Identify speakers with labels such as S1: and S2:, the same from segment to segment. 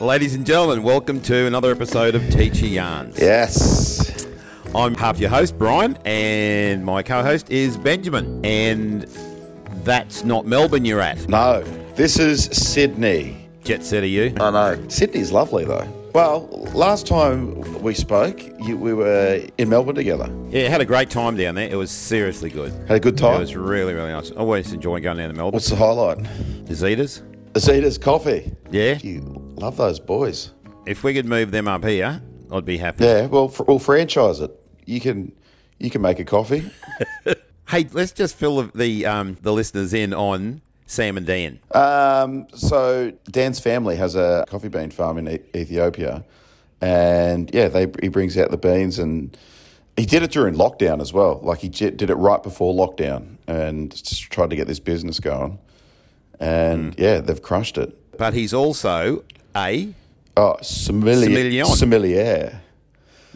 S1: Ladies and gentlemen, welcome to another episode of Teacher Yarns.
S2: Yes.
S1: I'm half your host, Brian, and my co host is Benjamin. And that's not Melbourne you're at.
S2: No. This is Sydney.
S1: Jet set are you?
S2: I know. Sydney's lovely though. Well, last time we spoke, you, we were in Melbourne together.
S1: Yeah, had a great time down there. It was seriously good.
S2: Had a good
S1: It
S2: time.
S1: was really, really nice. Always enjoying going down to Melbourne.
S2: What's the highlight?
S1: Zetas?
S2: Azita's coffee.
S1: Yeah.
S2: You love those boys.
S1: If we could move them up here, I'd be happy.
S2: Yeah. Well, fr- we'll franchise it. You can, you can make a coffee.
S1: Hey, let's just fill the the, um, the listeners in on Sam and Dean.
S2: Um, so Dan's family has a coffee bean farm in e- Ethiopia, and yeah, they he brings out the beans, and he did it during lockdown as well. Like he j- did it right before lockdown, and just tried to get this business going. And
S1: Hmm.
S2: yeah, they've crushed it.
S1: But he's also a
S2: Oh, sommelier,
S1: Sommelier.
S2: sommelier,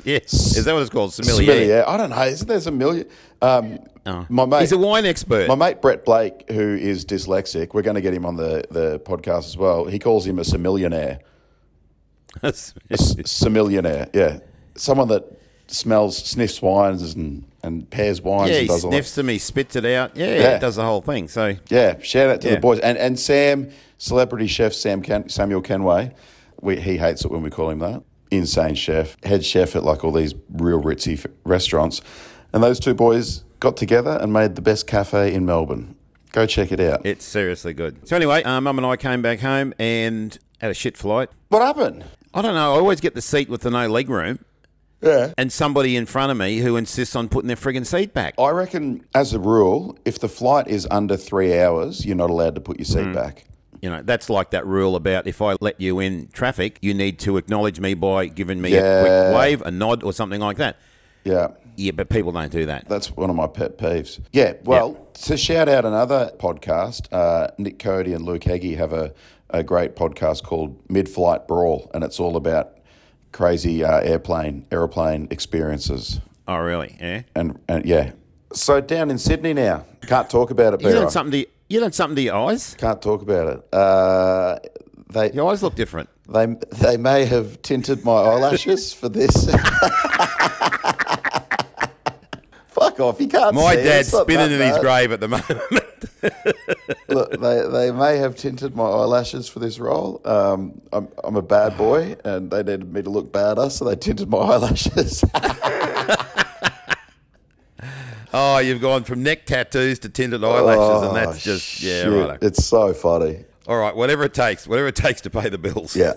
S1: yes. Is that what it's called? Sommelier.
S2: sommelier. I don't know. Isn't there sommelier? Um,
S1: Oh.
S2: My mate,
S1: He's a wine expert.
S2: My mate Brett Blake, who is dyslexic, we're going to get him on the, the podcast as well. He calls him a sommelier. Sommelier, yeah, someone that smells, sniffs wines and and pairs wines.
S1: yeah,
S2: and
S1: he
S2: does all that.
S1: sniffs them, he spits it out. Yeah,
S2: Yeah.
S1: he does the whole thing. So
S2: Yeah, shout out to
S1: Yeah.
S2: the boys and and Sam, celebrity chef Sam Ken, Samuel Kenway. We, he hates it when we call him that. Insane chef, head chef at like all these real ritzy f- restaurants, and those two boys got together and made the best cafe in Melbourne. Go check it out.
S1: it's seriously good. So anyway, uh, Mum and I came back home and had a shit flight.
S2: What happened?
S1: I don't know. I always get the seat with the no leg room
S2: Yeah.
S1: and somebody in front of me who insists on putting their friggin' seat back.
S2: I reckon, as a rule, if the flight is under three hours, you're not allowed to put your seat
S1: Mm.
S2: back.
S1: You know, that's like that rule about if I let you in traffic, you need to acknowledge me by giving me a
S2: Yeah.
S1: quick wave, a nod, or something like that.
S2: Yeah,
S1: Yeah, but people don't do that.
S2: that's one of my pet peeves. Yeah, well, to shout out another podcast, uh, Nick Cody and Luke Heggie have a, a great podcast called Mid Flight Brawl, and it's all about crazy uh, airplane airplane experiences.
S1: Oh, really? Yeah.
S2: And, and yeah, so down in Sydney now, can't talk about it,
S1: You done
S2: Bear.
S1: something to you done something to your eyes?
S2: Can't talk about it. Uh, they
S1: Your eyes look different.
S2: They they may have tinted my eyelashes for this. Fuck off! You can't.
S1: My
S2: see it.
S1: dad's
S2: It's not
S1: spinning
S2: that
S1: in his
S2: bad.
S1: grave at the moment.
S2: Look, they they may have tinted my eyelashes for this role. Um, I'm I'm a bad boy, and they needed me to look badder, so they tinted my eyelashes.
S1: Oh, you've gone from neck tattoos to tinted eyelashes, and that's
S2: Oh,
S1: just yeah,
S2: shit.
S1: right.
S2: It's so funny.
S1: All right, whatever it takes, whatever it takes to pay the bills.
S2: Yeah,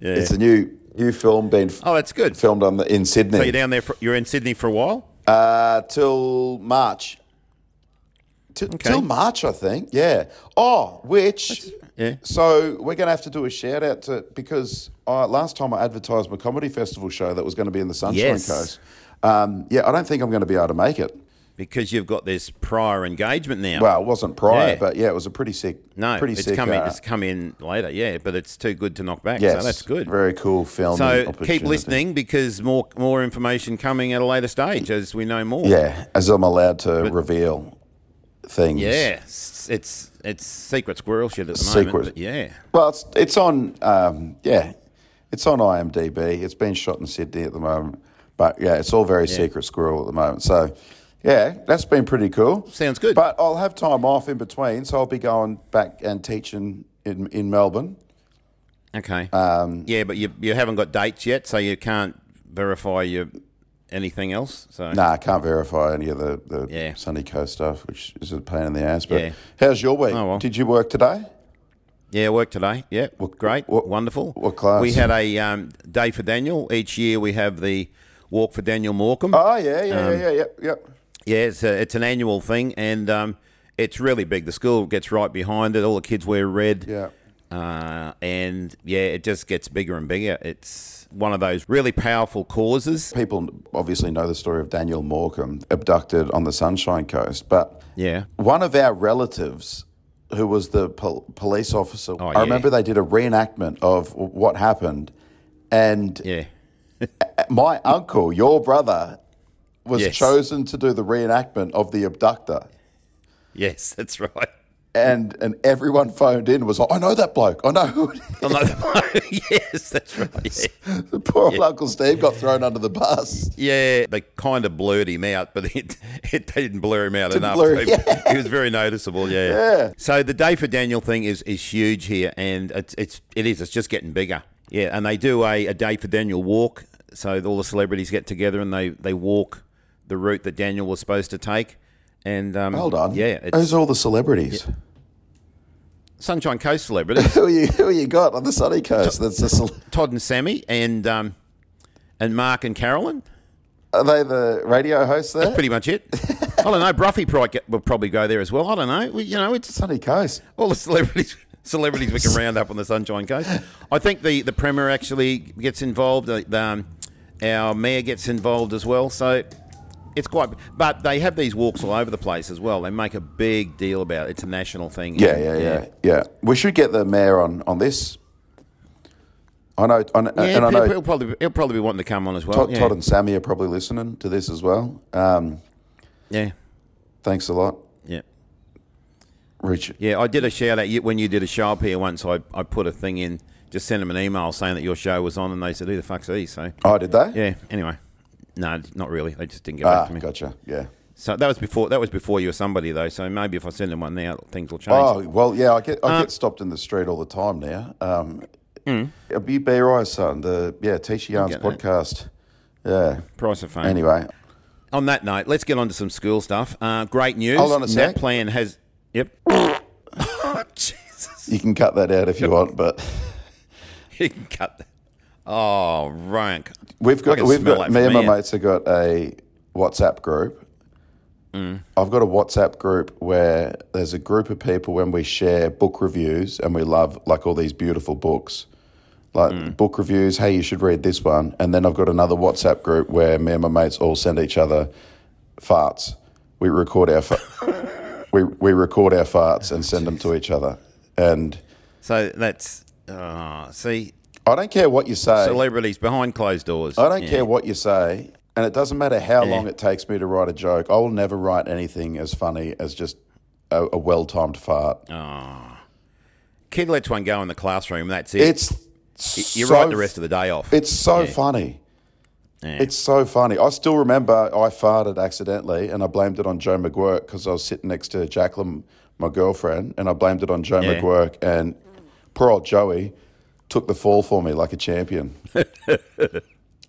S1: yeah.
S2: it's a new new film being f-
S1: oh, that's good. So
S2: filmed on the, in Sydney
S1: you're down there. For, you're in Sydney for a while.
S2: Uh, till March. T- Till March, I think. Yeah. Oh, which.
S1: yeah.
S2: So we're going to have to do a shout out to because I, last time I advertised my comedy festival show that was going to be in the Sunshine
S1: Yes.
S2: Coast. Um, yeah, I don't think I'm going to be able to make it.
S1: Because you've got this prior engagement now.
S2: Well, it wasn't prior,
S1: Yeah.
S2: but yeah, it was a pretty sick.
S1: no,
S2: pretty
S1: it's
S2: sick.
S1: come in.
S2: uh,
S1: It's come in later. Yeah, but it's too good to knock back.
S2: yes,
S1: so that's good.
S2: Very cool film.
S1: so keep listening because more more information coming at a later stage as we know more.
S2: Yeah, as I'm allowed to reveal things.
S1: Yeah, it's it's, it's secret squirrel shit at the
S2: Secret.
S1: moment. But yeah,
S2: Well, it's, it's on, um, yeah, it's on IMDb. It's been shot in Sydney at the moment, but yeah, it's all very secret squirrel at the moment. So, yeah, that's been pretty cool.
S1: Sounds good.
S2: But I'll have time off in between, so I'll be going back and teaching in, in Melbourne.
S1: Okay. Um, yeah, but you you haven't got dates yet, so you can't verify your anything else. So
S2: Nah, I can't verify any of the, the
S1: Yeah.
S2: Sunny Coast stuff, which is a pain in the ass. But
S1: Yeah.
S2: how's your week?
S1: Oh, well.
S2: Did you work today?
S1: yeah, work today. Yeah, great,
S2: what-
S1: wonderful.
S2: what class?
S1: We had a um, day for Daniel. Each year we have the walk for Daniel Morecambe.
S2: Oh, yeah, yeah,
S1: Um,
S2: yeah, yeah, yeah, yeah.
S1: Yeah, it's a, it's an annual thing, and um, it's really big. The school gets right behind it. All the kids wear red.
S2: Yeah.
S1: Uh, and yeah, it just gets bigger and bigger. It's one of those really powerful causes.
S2: People obviously know the story of Daniel Morecambe abducted on the Sunshine Coast, but
S1: Yeah.
S2: one of our relatives who was the pol- police officer i
S1: Oh, yeah.
S2: remember they did a reenactment of w- what happened and
S1: Yeah.
S2: my uncle your brother was
S1: Yes.
S2: chosen to do the reenactment of the abductor
S1: Yes, that's right.
S2: and and everyone phoned in was like, I know that bloke. I know who it is.
S1: yes, that's right. Yeah.
S2: The poor old Uncle Steve got thrown under the bus.
S1: Yeah, they kind of blurred him out, but it, it they didn't blur him out enough.
S2: blur-
S1: They-
S2: yeah.
S1: He was very noticeable. Yeah.
S2: Yeah.
S1: So the day for Daniel thing is is huge here, and it's it's it is it's just getting bigger. Yeah, and they do a, a day for Daniel walk. So all the celebrities get together and they they walk the route that Daniel was supposed to take. And um,
S2: Hold on.
S1: yeah, it's
S2: Who's all the celebrities?
S1: Sunshine Coast celebrities.
S2: Who you who you got on the sunny coast? That's the cele-
S1: Todd and Sammy and um, and Mark and Carolyn.
S2: are they the radio hosts there?
S1: That's pretty much it. I don't know. Bruffy probably get- will probably go there as well. I don't know. We, you know, it's
S2: sunny coast.
S1: all the celebrities celebrities we can round up on the Sunshine Coast. I think the, the Premier actually gets involved. uh, The, um, our mayor gets involved as well. So it's quite. But they have these walks all over the place as well. They make a big deal about it. It's a national thing.
S2: Yeah, yeah, Uh, yeah, yeah. We should get the mayor on on this. I know, I know
S1: Yeah,
S2: and I
S1: he'll,
S2: know
S1: he'll probably he'll probably be wanting to come on as well.
S2: Todd,
S1: yeah.
S2: Todd and Sammy are probably listening to this as well. Um,
S1: yeah,
S2: thanks a lot,
S1: yeah.
S2: Richard.
S1: Yeah, I did a shout out you- when you did a show up here once. I, I put a thing in, just sent them an email saying that your show was on, and they said, "Who the fuck's he?" So
S2: Oh, did they?
S1: yeah. Anyway, no, not really. They just didn't get back
S2: Ah,
S1: to me.
S2: gotcha. Yeah.
S1: So that was before that was before you were somebody though. So maybe if I send them one now, things will change.
S2: Oh well, yeah. I get
S1: Uh,
S2: I get stopped in the street all the time now. Um, mm. You be right, son. The yeah, Tisha Yarns
S1: get that.
S2: podcast. Yeah.
S1: Price of fame.
S2: Anyway,
S1: On that note, let's get on to some school stuff. Uh, great news.
S2: Hold on a sec.
S1: That plan has. Yep. oh, Jesus.
S2: you can cut that out if you want, but
S1: You can cut that. Oh, rank.
S2: we've
S1: I
S2: got
S1: can
S2: we've
S1: smell
S2: got
S1: that
S2: me and
S1: from
S2: my
S1: here.
S2: mates have got a WhatsApp group.
S1: Mm.
S2: I've got a WhatsApp group where there's a group of people when we share book reviews and we love like all these beautiful books. Like
S1: Mm.
S2: book reviews, hey, you should read this one. And then I've got another WhatsApp group where me and my mates all send each other farts. We record our fa- we we record our farts and send them to each other. And
S1: So that's. Oh, see,
S2: I don't care what you say.
S1: celebrities behind closed doors.
S2: I don't
S1: Yeah.
S2: care what you say, and it doesn't matter how long it takes me to write a joke. I will never write anything as funny as just a, a well-timed fart.
S1: Kid Uh, lets one go in the classroom. That's it.
S2: It's so,
S1: you write the rest of the day off.
S2: It's so funny. It's so funny. I still remember I farted accidentally, and I blamed it on Joe McGuirk because I was sitting next to Jacqueline, my girlfriend, and I blamed it on Joe
S1: Yeah.
S2: McGuirk. And poor old Joey took the fall for me like a champion.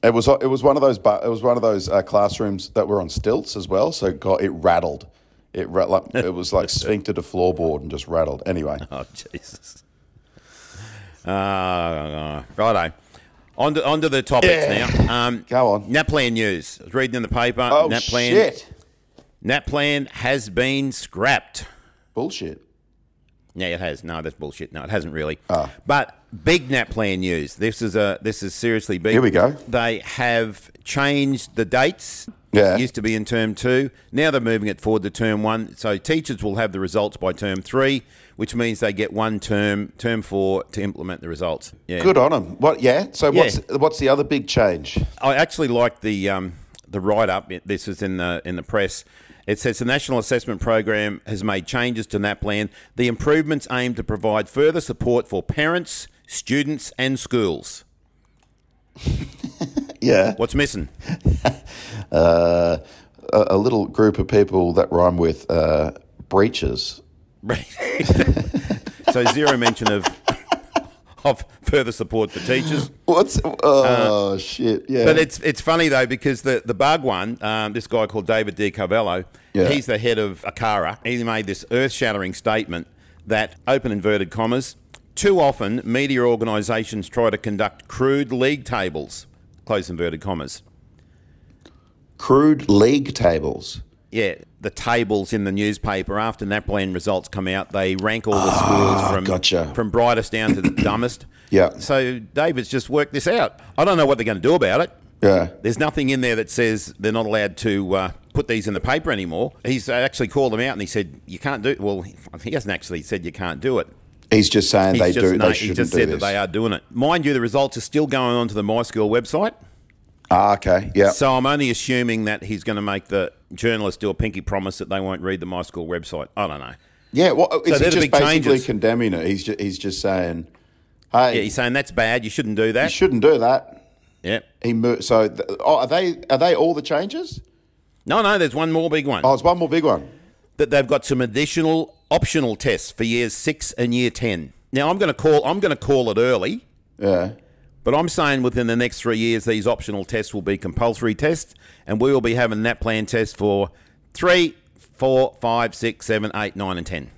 S2: It was it was one of those bu- it was one of those uh, classrooms that were on stilts as well, so it got it rattled. It ra- like, it was like sphincter to floorboard and just rattled. Anyway,
S1: oh Jesus. Uh, righto. On to, on to the topics
S2: Yeah.
S1: now. Um,
S2: Go on.
S1: NAPLAN news. I was reading in the paper.
S2: oh
S1: NAPLAN,
S2: shit,
S1: NAPLAN has been scrapped.
S2: bullshit.
S1: Yeah, it has. No, that's bullshit. No, it hasn't really.
S2: Ah.
S1: But big NAPLAN news. This is a this is seriously big.
S2: Here we go.
S1: They have changed the dates.
S2: Yeah.
S1: It used to be in term two. Now they're moving it forward to term one. So teachers will have the results by term three, which means they get one term, term four, to implement the results. Yeah.
S2: Good on him. What? Yeah. So what's what's the other big change?
S1: I actually like the um, the write up. This was in the in the press. It says the National Assessment Program has made changes to NAPLAN. The improvements aim to provide further support for parents, students, and schools.
S2: Yeah,
S1: What's missing?
S2: uh, a, a little group of people that rhyme with uh, breaches.
S1: so zero mention of of further support for teachers.
S2: What's oh shit? Yeah,
S1: Uh, But it's it's funny though because the the bug one, um, this guy called David D. Carvello,
S2: Yeah.
S1: he's the head of ACARA. He made this earth-shattering statement that open inverted commas. Too often, media organisations try to conduct crude league tables. Close inverted commas.
S2: crude league tables.
S1: Yeah, the tables in the newspaper after NAPLAN results come out, they rank all the schools from
S2: Ah, gotcha.
S1: from brightest down to the dumbest.
S2: Yeah.
S1: So David's just worked this out. I don't know what they're going to do about it.
S2: Yeah,
S1: There's nothing in there that says they're not allowed to uh, put these in the paper anymore. He's actually called them out and he said, You can't do it. Well, he hasn't actually said you can't do it.
S2: he's just saying
S1: He's
S2: they
S1: just,
S2: do.
S1: no,
S2: they
S1: he
S2: shouldn't
S1: just
S2: do
S1: said
S2: this.
S1: that they are doing it. Mind you, the results are still going on to the MySchool website.
S2: Ah, okay. Yeah.
S1: So I'm only assuming that he's going to make the journalists do a pinky promise that they won't read the MySchool website. I don't know.
S2: Yeah, well, is he
S1: they're the
S2: just
S1: big
S2: basically
S1: changes.
S2: condemning it? He's just, he's just saying, hey,
S1: Yeah, he's saying that's bad. You shouldn't do
S2: you
S1: that.
S2: shouldn't do that.
S1: yeah.
S2: He mo- so th- oh, are they are they all the changes?
S1: No, no. There's one more big one.
S2: Oh, it's one more big one.
S1: that they've got some additional optional tests for years six and year ten. Now I'm going to call I'm going to call it early,
S2: Yeah,
S1: but I'm saying within the next three years these optional tests will be compulsory tests, and we will be having that plan test for three, four, five, six, seven, eight, nine, and ten.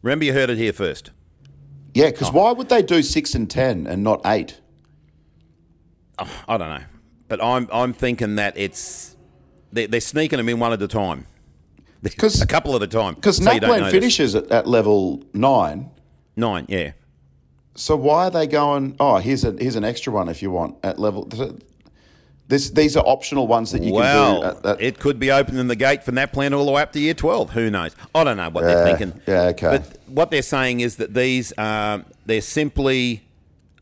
S1: Remember, you heard it here first.
S2: yeah. Because why would they do six and ten and not eight?
S1: I don't know, but I'm I'm thinking that it's they're, they're sneaking them in one at a time,
S2: 'Cause-
S1: a couple at a time.
S2: Because
S1: so you don't
S2: Naplan
S1: notice.
S2: finishes at, at level nine.
S1: nine, yeah.
S2: So why are they going? Oh, here's a here's an extra one if you want at level. This these are optional ones that you
S1: well,
S2: can do. At, at,
S1: it could be opening the gate from that plan all the way up to year 12. Who knows? I don't know what they're
S2: Yeah,
S1: thinking.
S2: yeah, okay.
S1: But what they're saying is that these are, they're simply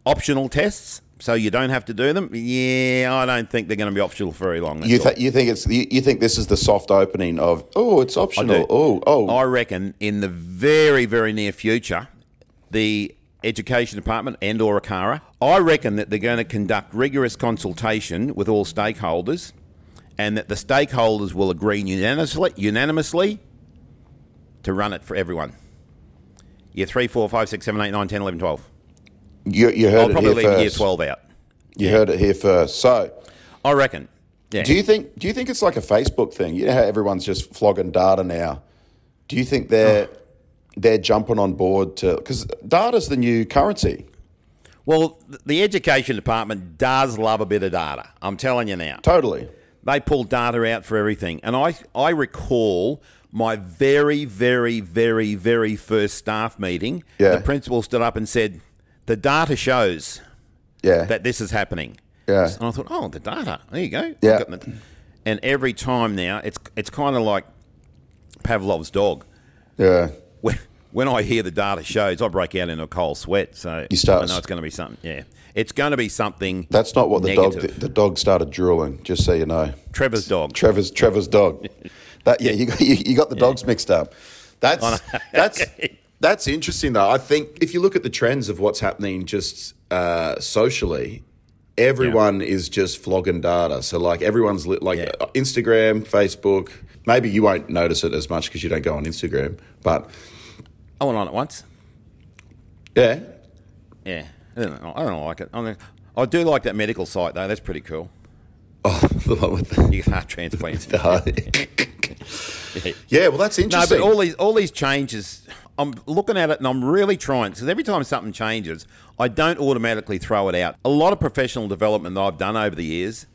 S1: optional tests, so you don't have to do them. Yeah, I don't think they're going to be optional for very long. that's
S2: you,
S1: all.
S2: th- you think it's you, you think this is the soft opening of oh it's optional oh oh
S1: I reckon in the very, very near future, the Education Department and or ACARA, I reckon that they're going to conduct rigorous consultation with all stakeholders and that the stakeholders will agree unanimously, unanimously to run it for everyone. Year 3, 4, 5, 6, 7, 8, 9, 10, 11, 12.
S2: you, you
S1: I'll
S2: heard it
S1: probably
S2: here
S1: leave year
S2: first
S1: 12 out.
S2: you heard it here first so
S1: I reckon. Yeah.
S2: do you think do you think it's like a Facebook thing you know how everyone's just flogging data now do you think they're they're jumping on board to because data's the new currency
S1: well, th- the Education Department does love a bit of data. I'm telling you now.
S2: totally
S1: they pull data out for everything. And I, I recall my very, very, very, very first staff meeting.
S2: Yeah.
S1: The principal stood up and said, The data shows
S2: yeah
S1: that this is happening.
S2: Yeah.
S1: And I thought, Oh, the data. There you go.
S2: Yeah.
S1: Got the- And every time now, it's, it's kind of like Pavlov's dog.
S2: yeah
S1: When, when I hear the data shows, I break out into a cold sweat. So
S2: You start-
S1: I know it's going to be something. Yeah. It's going to be something.
S2: that's not what the dog
S1: Negative.
S2: did. the dog started drooling just so you know
S1: Trevor's dog.
S2: Trevor's Trevor's dog. That yeah, you got, you, you got the dogs mixed up. That's that's that's interesting though. I think if you look at the trends of what's happening just uh, socially, everyone is just flogging data. So like everyone's li- like
S1: Yeah.
S2: uh, Instagram, Facebook. Maybe you won't notice it as much because you don't go on Instagram, but
S1: I went on it once.
S2: yeah.
S1: Yeah, I don't, know. I don't like it. I, mean, I do like that medical site though. That's pretty cool.
S2: Oh, the one with the,
S1: You get heart transplants.
S2: the yeah, well, that's
S1: no,
S2: interesting.
S1: but all these all these changes. I'm looking at it and I'm really trying because every time something changes, I don't automatically throw it out. A lot of professional development that I've done over the years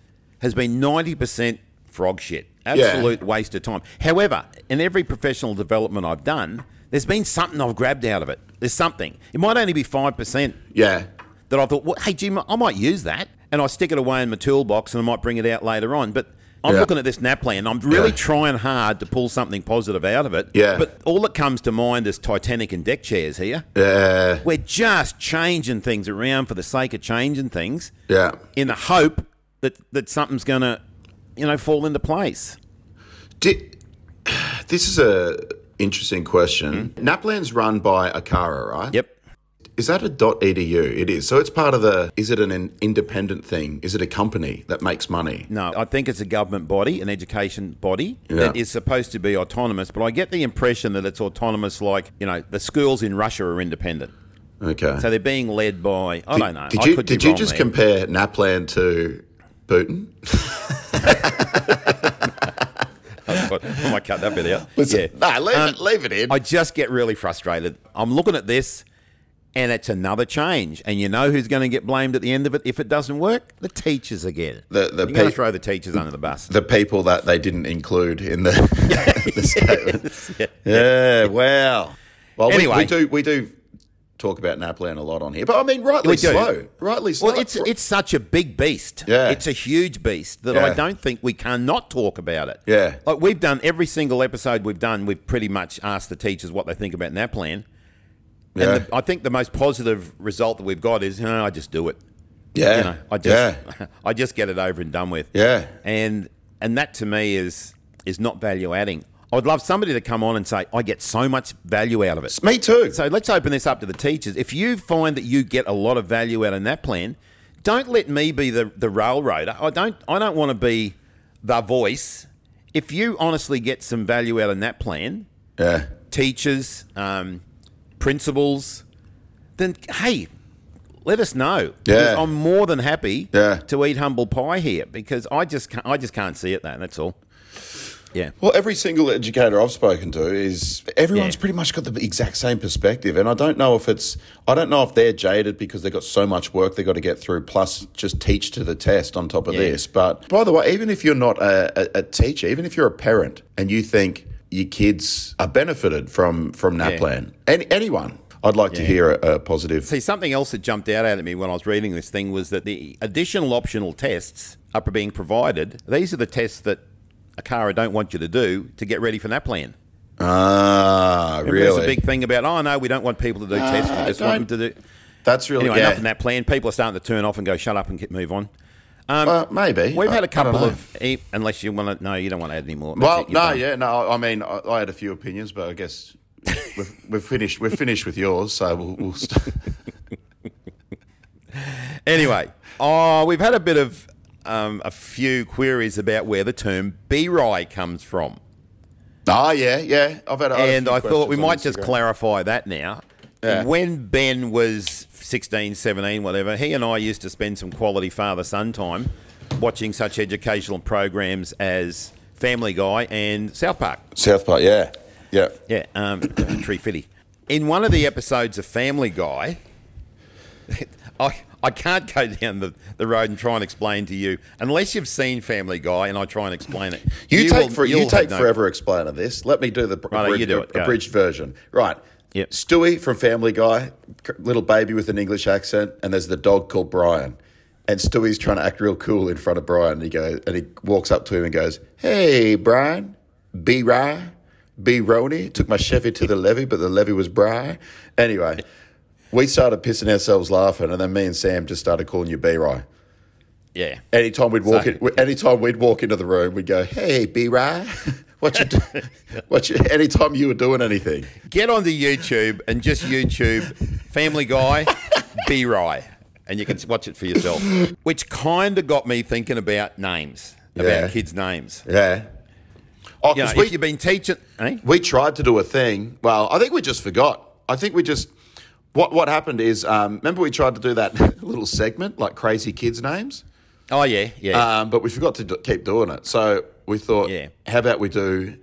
S1: has been ninety percent frog shit, absolute waste of time. However, in every professional development I've done, there's been something I've grabbed out of it. There's something. It might only be five percent.
S2: yeah,
S1: that I thought, well, hey, Jim, I might use that. And I stick it away in my toolbox and I might bring it out later on. But I'm
S2: Yeah.
S1: looking at this nap plan. I'm really
S2: Yeah.
S1: trying hard to pull something positive out of it.
S2: Yeah.
S1: But all that comes to mind is Titanic and deck chairs here.
S2: yeah,
S1: We're just changing things around for the sake of changing things
S2: yeah.
S1: in the hope that, that something's going to, you know, fall into place.
S2: Did, this is a interesting question. Naplan's run by Akara, right?
S1: Hmm? Yep.
S2: Is that a .edu? It is. So it's part of the. Is it an, in- independent thing? Is it a company that makes money?
S1: No, I think it's a government body, an education body that
S2: Yeah.
S1: is supposed to be autonomous, but I get the impression that it's autonomous like, you know, the schools in Russia are independent.
S2: Okay.
S1: So they're being led by I don't know.
S2: Did
S1: I
S2: you
S1: could
S2: did
S1: be
S2: you
S1: wrong
S2: just
S1: there.
S2: compare Naplan to Putin?
S1: I thought, oh I might cut that bit out.
S2: Listen,
S1: yeah.
S2: nah, leave
S1: Um,
S2: it. Leave it in.
S1: I just get really frustrated. I'm looking at this, and it's another change. And you know who's going to get blamed at the end of it if it doesn't work? The teachers again.
S2: The- the
S1: You're going
S2: pe-
S1: to throw the teachers under the bus.
S2: the people that they didn't include in the, the statement.
S1: Yeah.
S2: Yeah. Wow. Well, we- we,
S1: Anyway.
S2: do we do talk about Naplan a lot on here, but I mean, rightly
S1: We do.
S2: slow. Rightly slow.
S1: Well, it's it's such a big beast.
S2: Yeah.
S1: It's a huge beast that I
S2: Yeah.
S1: don't think we can not talk about it.
S2: Yeah.
S1: Like we've done every single episode we've done, we've pretty much asked the teachers what they think about NAPLAN. And
S2: Yeah.
S1: the, I think the most positive result that we've got is, "Oh, I just do it.
S2: yeah.
S1: You know, I just I just get it over and done with.
S2: Yeah.
S1: And and that to me is is not value adding. I'd love somebody to come on and say, I get so much value out of it.
S2: Me too.
S1: So let's open this up to the teachers. If you find that you get a lot of value out in that plan, don't let me be the, the railroader. I don't I don't want to be the voice. If you honestly get some value out in that plan,
S2: yeah.
S1: teachers, um, principals, then hey, let us know.
S2: Yeah.
S1: Because I'm more than happy
S2: Yeah.
S1: to eat humble pie here because I just can't, I just can't see it that. That's all. Yeah.
S2: Well, every single educator I've spoken to is everyone's
S1: Yeah.
S2: pretty much got the exact same perspective, and I don't know if it's I don't know if they're jaded because they've got so much work they've got to get through, plus just teach to the test on top of
S1: Yeah.
S2: this. But by the way, even if you're not a, a, a teacher, even if you're a parent, and you think your kids are benefited from from that
S1: Yeah.
S2: plan, any, anyone, I'd like to hear a, a positive.
S1: See, something else that jumped out at me when I was reading this thing was that the additional optional tests are being provided. These are the tests that a car don't want you to do to get ready for that plan.
S2: Ah,
S1: There's
S2: really? Uh,
S1: a big thing about, oh, no, we don't want people to do tests. We just want them to do.
S2: That's really
S1: Anyway,
S2: yeah.
S1: enough in that plan. People are starting to turn off and go, shut up and get, move on.
S2: Uh, maybe
S1: We've
S2: I-
S1: had
S2: I
S1: a
S2: don't
S1: couple
S2: know.
S1: of, e- unless you want to, no, you don't want to add any more. That's
S2: Well,
S1: it, you're
S2: no,
S1: done.
S2: yeah, no. I mean, I, I had a few opinions, but I guess we've, we've finished. We're finished with yours, so we'll. we'll st-
S1: Anyway, oh, we've had a bit of um, a few queries about where the term B-Rye comes from.
S2: oh yeah, yeah. I've had. A,
S1: and I thought we might just
S2: Instagram.
S1: clarify that now.
S2: Yeah.
S1: When Ben was 16, 17, whatever, he and I used to spend some quality father son time watching such educational programs as Family Guy and South Park.
S2: South Park. Yeah, yeah.
S1: Yeah, um, Tree Fitty. In one of the episodes of Family Guy, I, I can't go down the, the road and try and explain to you unless you've seen Family Guy and I try and explain it.
S2: You, take
S1: will-
S2: for
S1: you'll
S2: you
S1: have
S2: take
S1: no-
S2: forever explaining this. Let me do the br-
S1: Righto,
S2: abridged,
S1: you do it, go.
S2: abridged version. Right.
S1: Yep.
S2: Stewie from Family Guy, c- little baby with an English accent, and there's the dog called Brian. And Stewie's trying to act real cool in front of Brian. And he goes, and he walks up to him and goes, "Hey, Brian, be Rye, be Rony. Took my Chevy to the levee, but the levee was Bry." Anyway, we started pissing ourselves laughing, and then me and Sam just started calling you B Rye.
S1: Yeah.
S2: Anytime we'd walk
S1: So-
S2: in, anytime we'd walk into the room, we'd go, "Hey, B Rye, what you do? what you?" Anytime you were doing anything,
S1: get onto YouTube and just YouTube Family Guy, B Rye, and you can watch it for yourself. Which kind of got me thinking about names, about
S2: Yeah.
S1: kids' names.
S2: yeah. Oh,
S1: You know,
S2: 'cause
S1: if
S2: we,
S1: you've been teaching, eh?
S2: we tried to do a thing. Well, I think we just forgot. I think we just what what happened is, um, remember we tried to do that little segment like crazy kids names,
S1: oh yeah, yeah,
S2: um, but we forgot to do, keep doing it. So we thought,
S1: Yeah.
S2: how about we do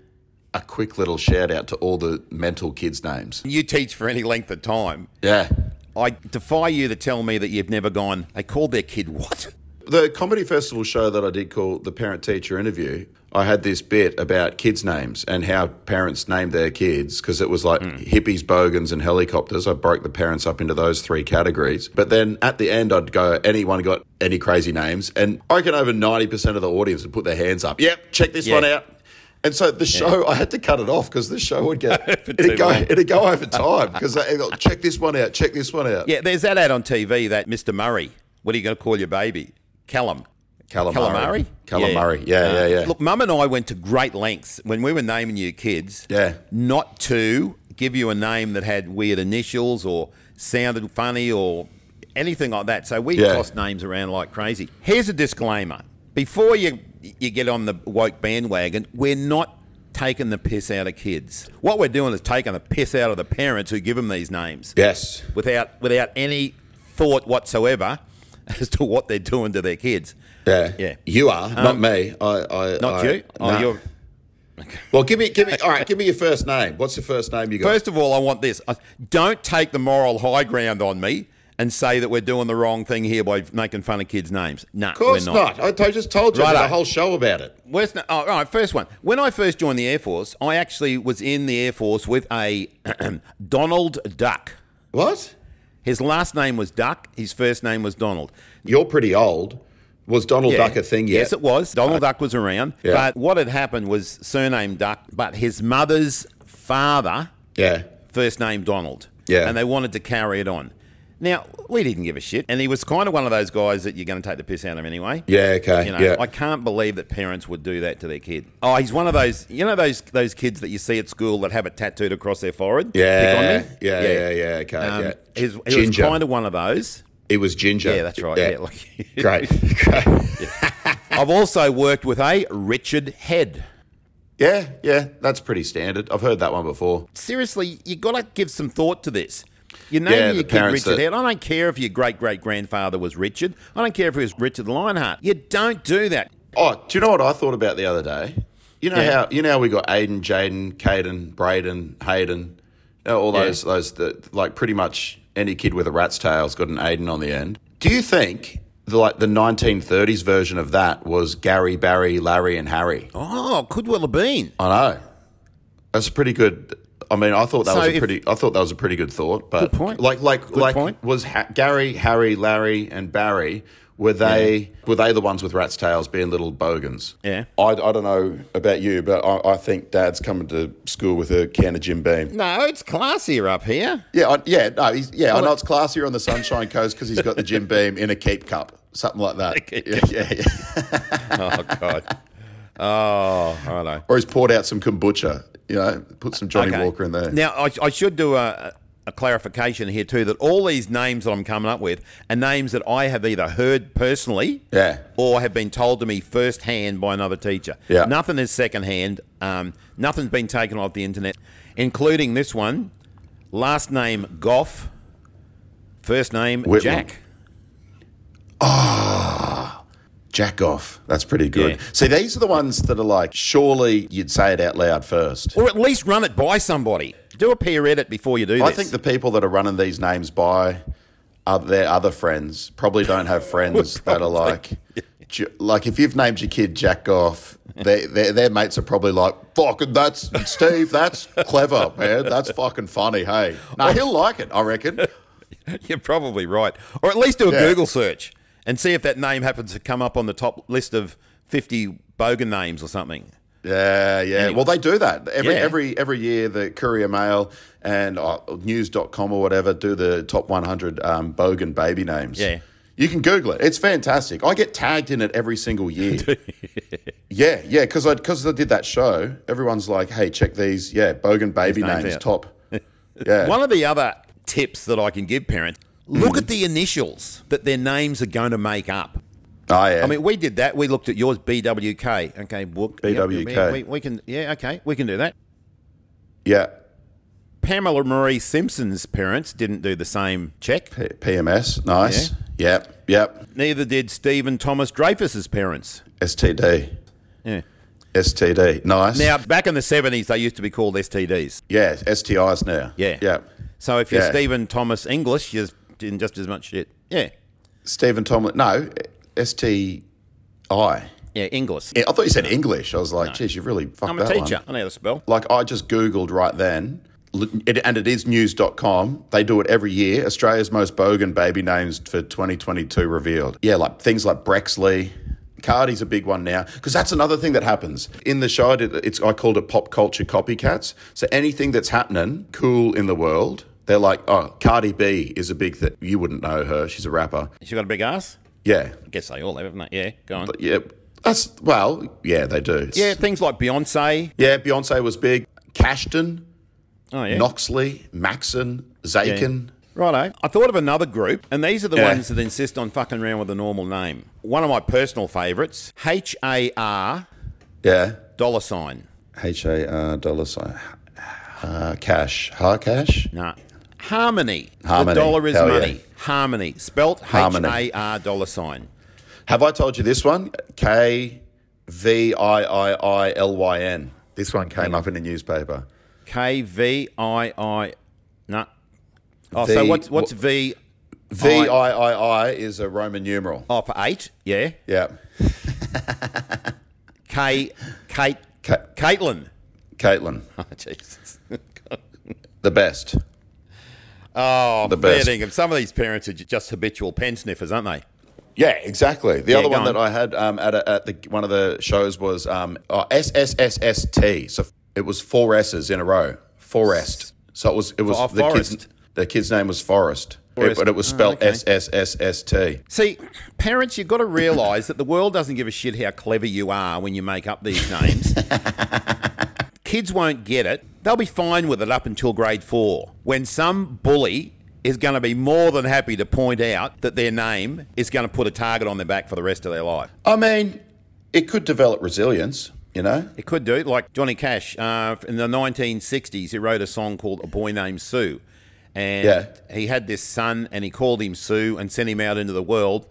S2: a quick little shout out to all the mental kids names?
S1: you teach for any length of time.
S2: Yeah.
S1: I defy you to tell me that you've never gone. They called their kid what?
S2: The comedy festival show that I did called the Parent Teacher Interview, I had this bit about kids' names and how parents named their kids because it was like
S1: Hmm.
S2: hippies, bogans, and helicopters. I broke the parents up into those three categories. But then at the end, I'd go, anyone got any crazy names? And I reckon over 90% of the audience would put their hands up. Yep, check this
S1: Yeah.
S2: one out. And so the show, I had to cut it off because the show would get
S1: too
S2: it'd go,
S1: long.
S2: it'd go over time because check this one out, check this one out.
S1: Yeah, there's that ad on TV that Mr. Murray. What are you going to call your baby? Callum.
S2: Calamari,
S1: Calamari.
S2: calamari, yeah, yeah, yeah.
S1: Uh, Look, Mum and I went to great lengths when we were naming you kids.
S2: Yeah.
S1: Not to give you a name that had weird initials or sounded funny or anything like that. So we
S2: Yeah.
S1: tossed names around like crazy. Here's a disclaimer: before you you get on the woke bandwagon, we're not taking the piss out of kids. What we're doing is taking the piss out of the parents who give them these names
S2: yes.
S1: without without any thought whatsoever as to what they're doing to their kids.
S2: Yeah.
S1: Yeah. Um,
S2: You are, not me. I, I
S1: Not
S2: I-
S1: you. Oh,
S2: no.
S1: you're-
S2: Well, give me, give me. All right, give me your first name. What's the first name you got?
S1: First of all, I want this. I- Don't take the moral high ground on me and say that we're doing the wrong thing here by making fun of kids' names. No,
S2: of course
S1: we're
S2: not. I I, t- I just told you I did
S1: Righto.
S2: a whole show about it.
S1: Where's no, oh, all right, first one. When I first joined the Air Force, I actually was in the Air Force with a Donald Duck.
S2: What?
S1: His last name was Duck. His first name was Donald.
S2: You're pretty old. Was Donald
S1: Yeah.
S2: Duck a thing yet?
S1: Yes, it was. Donald Duck was around.
S2: Yeah.
S1: But what had happened was surname Duck, but his mother's father,
S2: yeah.
S1: first name Donald.
S2: Yeah.
S1: And they wanted to carry it on. Now, we didn't give a shit. And he was kind of one of those guys that you're going to take the piss out of anyway.
S2: Yeah, okay.
S1: You know,
S2: yeah.
S1: I can't believe that parents would do that to their kid. Oh, he's one of those, you know, those those kids that you see at school that have it tattooed across their forehead. Pick on
S2: yeah,
S1: me?
S2: yeah, yeah, yeah, yeah, okay,
S1: Um,
S2: yeah.
S1: he was- he was
S2: Ginger.
S1: kind of one of those.
S2: It was Ginger.
S1: Yeah, that's right. Yeah, like-
S2: great, great.
S1: I've also worked with a Richard Head.
S2: Yeah, yeah, that's pretty standard. I've heard that one before.
S1: Seriously, you got to give some thought to this. You know
S2: Yeah,
S1: your
S2: the
S1: kid
S2: parents
S1: Richard
S2: that-
S1: Head. I don't care if your great great grandfather was Richard. I don't care if he was Richard Lionheart. You don't do that.
S2: Oh, do you know what I thought about the other day? You know
S1: Yeah.
S2: how you know how we got Aiden, Jaden, Caden, Braden, Hayden, you know, all
S1: Yeah.
S2: those those the, like pretty much any kid with a rat's tail's got an Aiden on the end. Do you think the like the 1930s version of that was Gary, Barry, Larry, and Harry?
S1: Oh, could well have been.
S2: I know. That's a pretty good. I mean, I thought that
S1: So
S2: was a
S1: if-
S2: pretty. I thought that was a pretty good thought. But
S1: Good point.
S2: like, like,
S1: Good
S2: like,
S1: point.
S2: was ha- Gary, Harry, Larry, and Barry were they were they the ones with rat's tails being little bogans?
S1: Yeah.
S2: I, I don't know about you, but I, I think Dad's coming to school with a can of Jim Beam.
S1: No, it's classier up here.
S2: Yeah, I, yeah, no, he's, yeah. I
S1: Well,
S2: know it's classier on the Sunshine Coast because he's got the Jim Beam in a keep cup, something like that. Yeah, yeah, yeah.
S1: Oh God. Oh, I know.
S2: Or he's poured out some kombucha. You know, put some Johnny
S1: Okay.
S2: Walker in there.
S1: Now, I, I should do a, a clarification here too that all these names that I'm coming up with are names that I have either heard personally,
S2: Yeah.
S1: or have been told to me firsthand by another teacher.
S2: Yeah.
S1: nothing is secondhand. Um, nothing's been taken off the internet, including this one. Last name Goff, first name
S2: Whitlam.
S1: Jack.
S2: Jack off. That's pretty good.
S1: Yeah.
S2: See, these are the ones that are like, surely you'd say it out loud first.
S1: Or at least run it by somebody. Do a peer edit before you do this.
S2: I think the people that are running these names by are their other friends probably don't have friends that are like, J- like if you've named your kid Jack Goff, they, they, their mates are probably like, fucking that's Steve, that's clever, man. That's fucking funny. Hey, no, he'll like it, I reckon.
S1: You're probably right. Or at least do a
S2: Yeah.
S1: Google search and see if that name happens to come up on the top list of 50 bogan names or something.
S2: Yeah, yeah. Well, they do that every
S1: Yeah.
S2: every every year. The Courier Mail and uh, News.com or whatever do the top 100 um, bogan baby names.
S1: Yeah.
S2: You can Google it. It's fantastic. I get tagged in it every single year. yeah, yeah, because I because I did that show. Everyone's like, "Hey, check these. Yeah, bogan baby
S1: names
S2: names,
S1: out.
S2: top." Yeah,
S1: One of the other tips that I can give parents look at the initials that their names are going to make up.
S2: oh, yeah.
S1: I mean, we did that. We looked at yours, BWK. Okay, book.
S2: BWK.
S1: Yeah, we, we can, yeah, okay, we can do that.
S2: yeah,
S1: Pamela Marie Simpson's parents didn't do the same check.
S2: P- PMS, nice. Yep, yep.
S1: Neither did Stephen Thomas Dreyfus's parents.
S2: STD,
S1: Yeah.
S2: STD, nice.
S1: Now, back in the 70s, they used to be called STDs.
S2: yeah, STIs now.
S1: Yeah.
S2: yep.
S1: So if you're
S2: Yeah.
S1: Stephen Thomas English, you're in just as much shit. Yeah.
S2: Stephen Tomlin. No, S T I.
S1: Yeah, English.
S2: I thought you said English. I was like, geez, you've really fucked
S1: I'm a
S2: that
S1: teacher.
S2: one.
S1: I know how to spell.
S2: Like, I just Googled right then, l- it- and it is news.com. They do it every year. Australia's most bogan baby names for 2022 revealed. Yeah, like things like Brexley. Cardi's a big one now because that's another thing that happens in the show. I did, it's I called it pop culture copycats. So anything that's happening cool in the world, they're like, oh, Cardi B is a big thing. You wouldn't know her; she's a rapper.
S1: She got a big ass?
S2: Yeah,
S1: I guess they all have, haven't they? Yeah, go on.
S2: Yeah, that's well, yeah, they do. It's-
S1: Yeah, things like Beyonce.
S2: yeah. Beyonce was big. Cashton,
S1: Oh, yeah.
S2: Knoxley, Maxon, Zakin.
S1: Righto. I thought of another group, and these are the
S2: Yeah.
S1: ones that insist on fucking around with a normal name. One of my personal favourites, H A R
S2: Yeah,
S1: dollar sign.
S2: H A R dollar sign. Uh, cash, ha cash.
S1: Nah. Harmony.
S2: Harmony.
S1: The dollar is
S2: Hell yeah.
S1: money. Harmony. Spelt H
S2: Harmony.
S1: A R dollar sign.
S2: Have I told you this one? K V I I I L Y N. This one came up in the newspaper.
S1: K V I I. No. Oh,
S2: V-
S1: so what's what's V?
S2: V I I I is a Roman numeral.
S1: Oh, for eight. Yeah.
S2: Yeah,
S1: K. Kate.
S2: Ca-
S1: Caitlin.
S2: Caitlin,
S1: Oh, Jesus.
S2: the best.
S1: Oh,
S2: The best.
S1: fair dinkum. Some of these parents are ju- just habitual pen sniffers, aren't they?
S2: Yeah, exactly. The other
S1: go
S2: one
S1: on.
S2: that I had um, at, a, at the, one of the shows was um, oh, SSSST. So it was four S's in a row. Forest. So it was it was
S1: Oh,
S2: the
S1: Forrest.
S2: kid's the kid's name was Forest. It- but it was
S1: Oh,
S2: spelled
S1: okay.
S2: S S S S T.
S1: See, parents, you've got to realise that the world doesn't give a shit how clever you are when you make up these names. Kids won't get it. They'll be fine with it up until grade four, when some bully is going to be more than happy to point out that their name is going to put a target on their back for the rest of their life.
S2: I mean, it could develop resilience, you know?
S1: It could do. Like Johnny Cash uh, in the 1960s, he wrote a song called A Boy Named Sue. And
S2: Yeah.
S1: he had this son and he called him Sue and sent him out into the world.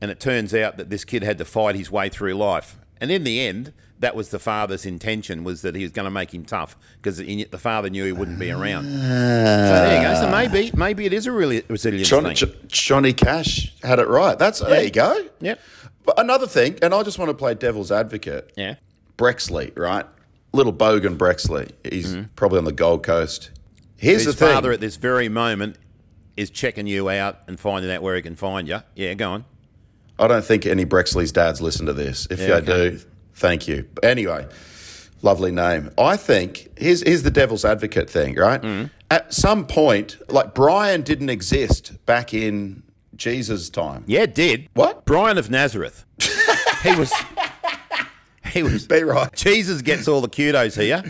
S1: And it turns out that this kid had to fight his way through life. And in the end, that was the father's intention was that he was going to make him tough because the father knew he wouldn't be around. So there you go. So maybe, maybe it is a really resilient
S2: Johnny,
S1: thing.
S2: Jo- Johnny Cash had it right. That's there you go.
S1: Yep.
S2: But another thing, and I just want to play devil's advocate.
S1: yeah.
S2: Brexley, right? Little Bogan Brexley. He's probably on the Gold Coast. Here's
S1: Mm-hmm. His
S2: the thing.
S1: father at this very moment is checking you out and finding out where he can find you. Yeah, go on.
S2: I don't think any Brexley's dads listen to this. If
S1: Yeah,
S2: I
S1: okay.
S2: do, thank you. But anyway, lovely name. I think here's here's the devil's advocate thing, right?
S1: Mm.
S2: At some point, like Brian didn't exist back in Jesus' time.
S1: Yeah, it did.
S2: What?
S1: Brian of Nazareth. he was. He was.
S2: Be right.
S1: Jesus gets all the kudos here.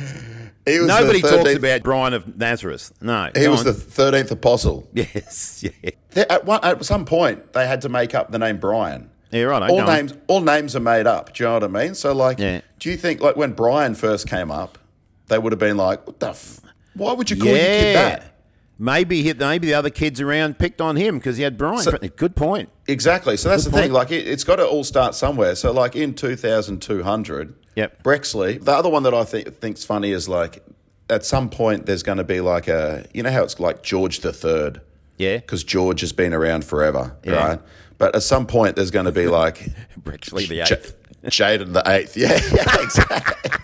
S2: He was the
S1: Nobody talks
S2: 13th
S1: about Brian of Nazareth. No.
S2: He
S1: go
S2: was
S1: on.
S2: the thirteenth apostle.
S1: Yes. Yeah.
S2: They- At one, at some point, they had to make up the name Brian.
S1: Yeah, right.
S2: all names all names are made up. Do you know what I mean? So like,
S1: Yeah.
S2: do you think like when Brian first came up, they would have been like, "What the? F- why would you call your kid
S1: Yeah.
S2: that?"
S1: Maybe he, maybe the other kids around picked on him because he had Brian. Good point.
S2: Exactly. So that's the
S1: point.
S2: thing. Like, it, it's got to all start somewhere. So like in two thousand two hundred,
S1: Yep.
S2: Brexley. The other one that I think think's funny is like, at some point there's going to be like a, you know how it's like George the Third.
S1: Yeah.
S2: Because George has been around forever, right? But at some point, there's going to be like
S1: Brexley the
S2: J-
S1: eighth.
S2: Jaden the eighth. Yeah, yeah exactly.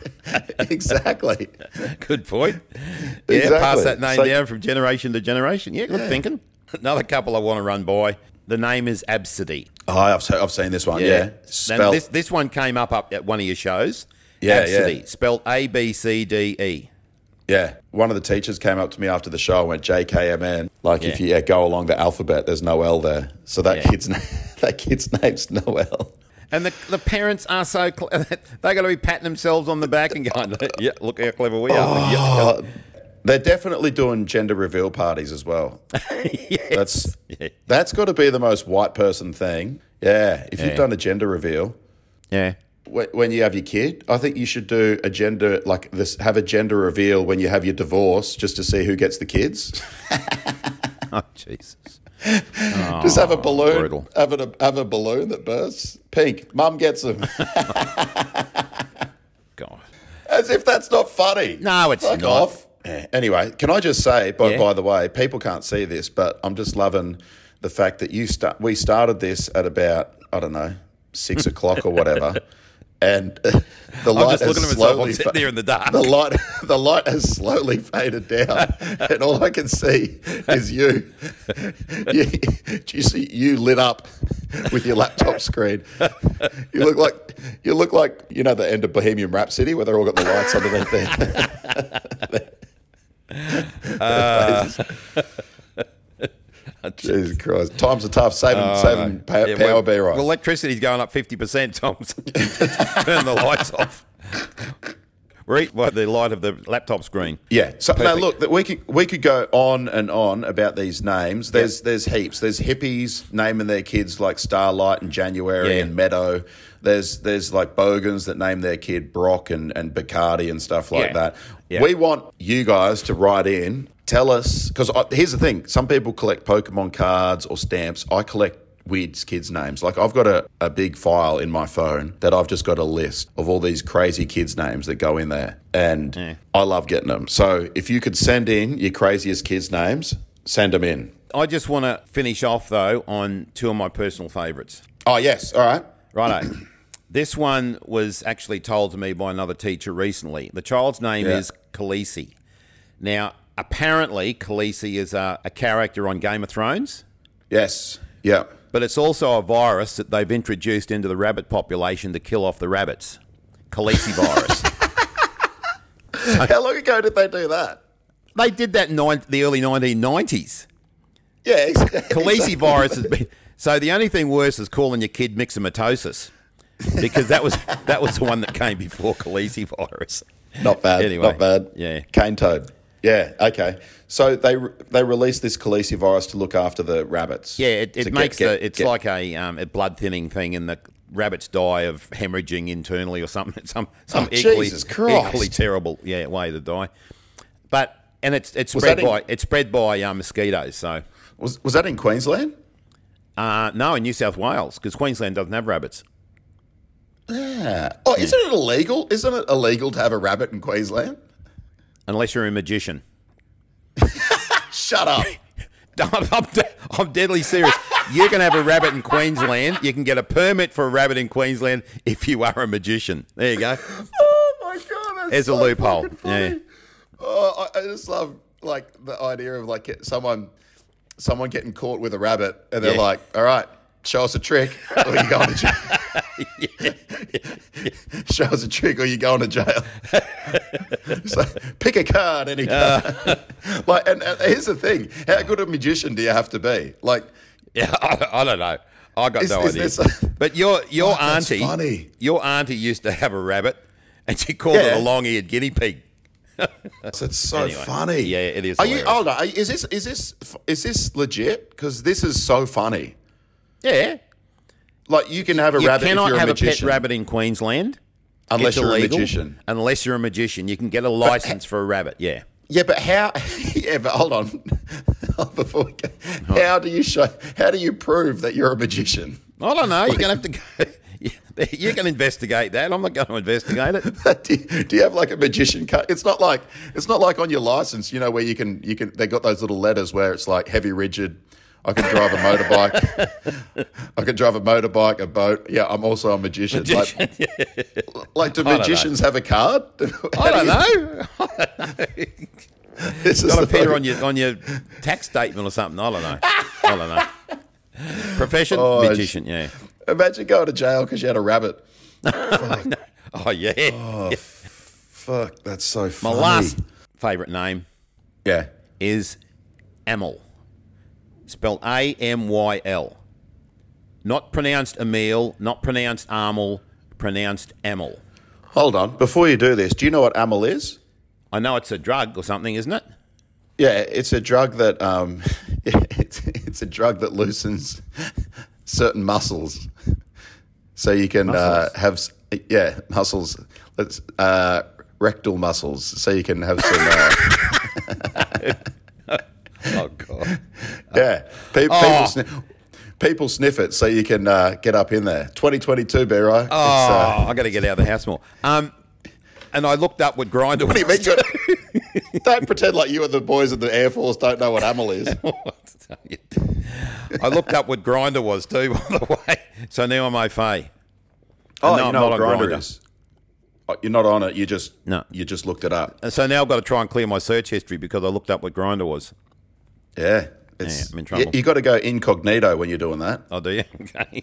S2: exactly.
S1: Good point. Yeah, pass
S2: Exactly.
S1: that name
S2: So-
S1: down from generation to generation. Yeah, good thinking. Another couple I want to run by. The name is Absidy.
S2: Oh, I've, se- I've seen this one. Yeah.
S1: Now,
S2: Spell.
S1: this this one came up up at one of your shows.
S2: Yeah,
S1: Absidy,
S2: yeah.
S1: spelled A B C D E.
S2: yeah. One of the teachers came up to me after the show and went, JKMN. Like, if you yeah, go along the alphabet, there's no L there. So that
S1: Yeah.
S2: kid's na- that kid's name's Noel.
S1: And the, the parents are so cle they're going to be patting themselves on the back and going, "Yeah, look how clever we are."
S2: Oh, they're definitely doing gender reveal parties as well. That's
S1: Yeah.
S2: that's got to be the most white person thing. Yeah, if you've done a gender reveal,
S1: Yeah.
S2: Wh- when you have your kid, I think you should do a gender like this. Have a gender reveal when you have your divorce, just to see who gets the kids.
S1: Oh Jesus.
S2: just have a balloon.
S1: Oh, brutal.
S2: Have a have a balloon that bursts pink. Mum gets them.
S1: God.
S2: As if that's not funny.
S1: No, it's
S2: Fuck
S1: not.
S2: off. Eh, Anyway, can I just say, by,
S1: Yeah.
S2: by the way, people can't see this, but I'm just loving the fact that you start. We started this at about I don't know six o'clock or whatever, and the light
S1: just
S2: has
S1: looking at myself. I'm
S2: slowly
S1: sitting there in the dark.
S2: The light, the light has slowly faded down, and all I can see is you. you do you see you lit up with your laptop screen? You look like you look like you know the end of Bohemian Rhapsody where they're all got the lights underneath their, their faces. Jesus Christ! Times are tough. Saving saving pa-
S1: Uh, Oh, Yeah,
S2: power
S1: well,
S2: be right.
S1: Well, electricity's going up fifty percent, Tom. so Turn the lights off. We're eaten by the light of the laptop screen.
S2: Yeah. So now
S1: Perfect.
S2: look, that we could we could go on and on about these names. There's there's heaps. There's hippies naming their kids like Starlight and January
S1: Yeah.
S2: and Meadow. There's there's like Bogans that name their kid Brock and, and Bacardi and stuff like
S1: Yeah.
S2: that.
S1: Yeah.
S2: We want you guys to write in, tell us because here's the thing: some people collect Pokemon cards or stamps. I collect weird kids' names. Like I've got a, a big file in my phone that I've just got a list of all these crazy kids' names that go in there, and I love getting them. So if you could send in your craziest kids' names, send them in.
S1: I just want to finish off though on two of my personal favourites.
S2: Oh yes, all right.
S1: Righto. this one was actually told to me by another teacher recently. The child's name
S2: Yeah.
S1: is Khaleesi. Now, apparently, Khaleesi is a, a character on Game of Thrones,
S2: Yes. Yeah.
S1: but it's also a virus that they've introduced into the rabbit population to kill off the rabbits. Khaleesi virus.
S2: How long ago did they do that?
S1: They did that in nine, the early 1990s.
S2: Yeah, exactly.
S1: Khaleesi virus has been. So the only thing worse is calling your kid myxomatosis, because that was that was the one that came before Khaleesi virus.
S2: Not bad.
S1: Anyway,
S2: not bad.
S1: yeah.
S2: cane toad. Yeah. Okay. So they they released this Khaleesi virus to look after the rabbits.
S1: Yeah, it,
S2: To
S1: it
S2: get-
S1: makes
S2: get-
S1: the it's
S2: get-
S1: like a um, a blood thinning thing, and the rabbits die of hemorrhaging internally or something. Some some
S2: Oh,
S1: equally
S2: Jesus Christ.
S1: equally terrible yeah way to die. But and it's it's
S2: Was
S1: spread
S2: that in-
S1: by it's spread by uh, mosquitoes. So
S2: was was that in Queensland?
S1: uh, no, in New South Wales because Queensland doesn't have rabbits.
S2: Yeah. Oh, isn't it illegal? Isn't it illegal to have a rabbit in Queensland?
S1: Unless you're a magician.
S2: Shut up.
S1: I'm, I'm, de- I'm deadly serious. You can have a rabbit in Queensland. You can get a permit for a rabbit in Queensland if you are a magician. There you go.
S2: oh my god, that's
S1: There's a
S2: so
S1: loophole.
S2: fucking funny. Oh, I, I just love like the idea of like get- someone someone getting caught with a rabbit, and they're
S1: Yeah.
S2: like, "All right, show us a trick, or you going to jail." show us a trick, or you going to jail. so pick a card, any
S1: Uh.
S2: card. like, and, and here's the thing: how good a magician do you have to be? Like,
S1: Yeah, I, I don't know. I got
S2: Is-
S1: no
S2: is
S1: idea.
S2: this a- Oh,
S1: but your your
S2: that's
S1: auntie,
S2: funny.
S1: your auntie used to have a rabbit, and she called
S2: Yeah.
S1: it a long-eared guinea pig.
S2: It's so
S1: Anyway.
S2: funny.
S1: Yeah, it is
S2: Are you?
S1: hilarious.
S2: Hold on. Are- Is this is this is this legit? Because this is so funny.
S1: Yeah,
S2: Like you can have a
S1: you
S2: rabbit if
S1: cannot
S2: you're a
S1: have a, pet
S2: magician,
S1: rabbit in Queensland
S2: unless
S1: It's
S2: you're
S1: illegal.
S2: a magician.
S1: Unless you're a magician, you can get a license for a rabbit. Yeah.
S2: Yeah, but how? Yeah, but hold on. Before we go, how do you show? How do you prove that you're a magician?
S1: I don't know. You're gonna have to go. You can investigate that. I'm not going to investigate it.
S2: do, you, do you have like a magician card? It's not like it's not like on your license, you know, where you can you can they got those little letters where it's like heavy rigid. I can drive a motorbike. I can drive a motorbike, a boat. Yeah, I'm also a magician. Like, like, do
S1: know.
S2: magicians have a card?
S1: I don't know.
S2: This is
S1: Got to
S2: the
S1: appear
S2: fucking-
S1: on your on your tax statement or something. I don't know. I don't know. Profession
S2: Oh, it's-
S1: magician. Yeah.
S2: Imagine going to jail because you had a rabbit.
S1: Oh yeah.
S2: Fuck, that's so
S1: My
S2: funny.
S1: last favourite name
S2: Yeah.
S1: is Amel, spelled A M Y L, not pronounced Emil, not pronounced Amel, pronounced Amel.
S2: Hold on. Before you do this, do you know what amyl is?
S1: I know it's a drug or something, isn't it?
S2: Yeah, it's a drug that um, it's it's a drug that loosens certain muscles, so you can Uh,
S1: Muscles?
S2: have s- yeah muscles. Let's uh, rectal muscles, so you can have some. Uh,
S1: Oh god.
S2: yeah, Pe- people
S1: Oh.
S2: sni- people sniff it, so you can uh, get up in there. Twenty twenty two, Bero.
S1: Oh,
S2: uh,
S1: I got to get out of the house more. Um, and I looked up what grinder was.
S2: It's, uh, what do you mean you're- don't pretend like you and the boys in the air force don't know what amyl is.
S1: I looked up what grinder was too, by the way. So now I'm au fait.
S2: Oh,
S1: No,
S2: you
S1: I'm
S2: know
S1: not
S2: what
S1: on
S2: grinder
S1: Grindr.
S2: is. Oh, You're not on it. You just
S1: No.
S2: You just looked it up.
S1: And so now I've got to try and clear my search history because I looked up what grinder was.
S2: Yeah. It's,
S1: Yeah, I'm in trouble.
S2: You, got to go incognito when you're doing that.
S1: Oh, do you? Okay.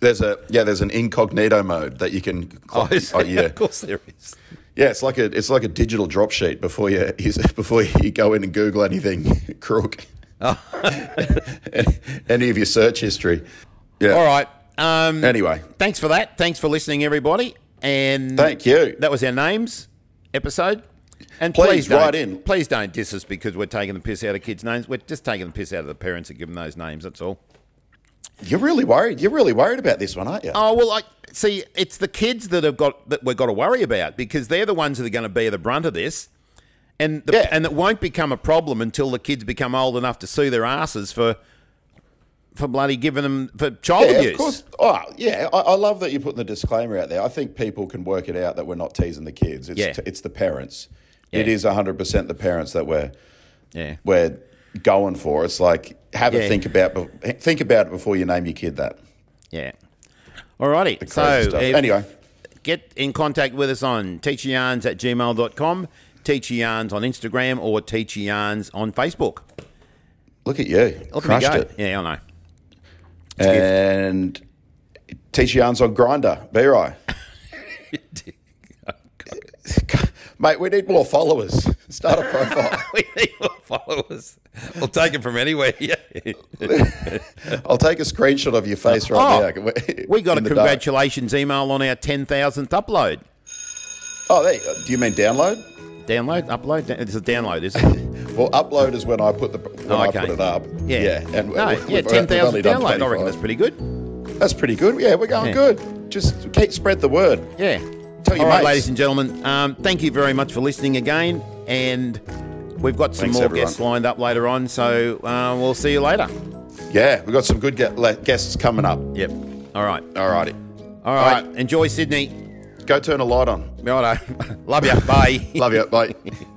S2: There's a yeah. There's an incognito mode that you can.
S1: Oh,
S2: Clock,
S1: is
S2: oh,
S1: there?
S2: yeah,
S1: Of course there is.
S2: yeah. It's like a it's like a digital drop sheet before you before you go in and Google anything crook. Any of your search history. Yeah.
S1: All right. Um,
S2: Anyway,
S1: thanks for that. Thanks for listening, everybody. And
S2: thank you.
S1: That was our names episode. And
S2: Please
S1: please, don't-
S2: write in.
S1: Please don't diss us because we're taking the piss out of kids' names. We're just taking the piss out of the parents that give them those names. That's all.
S2: You're really worried. You're really worried about this one, aren't you?
S1: Oh well, I see. It's the kids that have got that we've got to worry about because they're the ones that are going to bear the brunt of this, and the,
S2: Yeah.
S1: and it won't become a problem until the kids become old enough to sue their asses for for bloody giving them for child
S2: yeah,
S1: abuse.
S2: of course. Oh, yeah. I, I love that you're putting the disclaimer out there. I think people can work it out that we're not teasing the kids. It's
S1: Yeah.
S2: it's the parents. It
S1: Yeah.
S2: is 100% the parents that we're
S1: Yeah.
S2: we're going for. It's like have a
S1: Yeah.
S2: think about be- think about it before you name your kid that.
S1: Yeah. Alrighty. So
S2: Crazy stuff.
S1: if-
S2: anyway,
S1: get in contact with us on teacheryarns at gmail.com, teacheryarns on Instagram, or teacheryarns on Facebook.
S2: look at you,
S1: Look at me
S2: crushed
S1: go.
S2: it,
S1: Yeah, I know.
S2: and teach your yarns on grinder. Be right, mate. We need more followers. Start a profile.
S1: we need more followers. We'll take them from anywhere. Yeah.
S2: I'll take a screenshot of your face right now.
S1: Oh, we got a
S2: in the dark.
S1: congratulations email on our 10,000th upload.
S2: Oh, there you go. do you mean download?
S1: Download, upload. da- It's a download, is it?
S2: Well, upload is when I put the when
S1: Oh,
S2: I
S1: okay.
S2: put it up.
S1: Yeah.
S2: and
S1: no,
S2: we've-
S1: yeah,
S2: we've
S1: 10,000
S2: only done
S1: download. I reckon
S2: 25.
S1: that's pretty good.
S2: That's pretty good. Yeah, we're going
S1: Yeah.
S2: good. Just keep spread the word.
S1: Yeah.
S2: Tell your
S1: All right,
S2: mates.
S1: ladies and gentlemen, um, thank you very much for listening again. And we've got some
S2: Thanks,
S1: more
S2: everyone.
S1: guests lined up later on. So uh, we'll see you later.
S2: Yeah, we've got some good ge- le- guests coming up.
S1: Yep. All right.
S2: Alrighty.
S1: All right.
S2: right.
S1: Enjoy Sydney.
S2: Go turn a light on.
S1: Righto. Love you. Bye.
S2: Love you. Bye.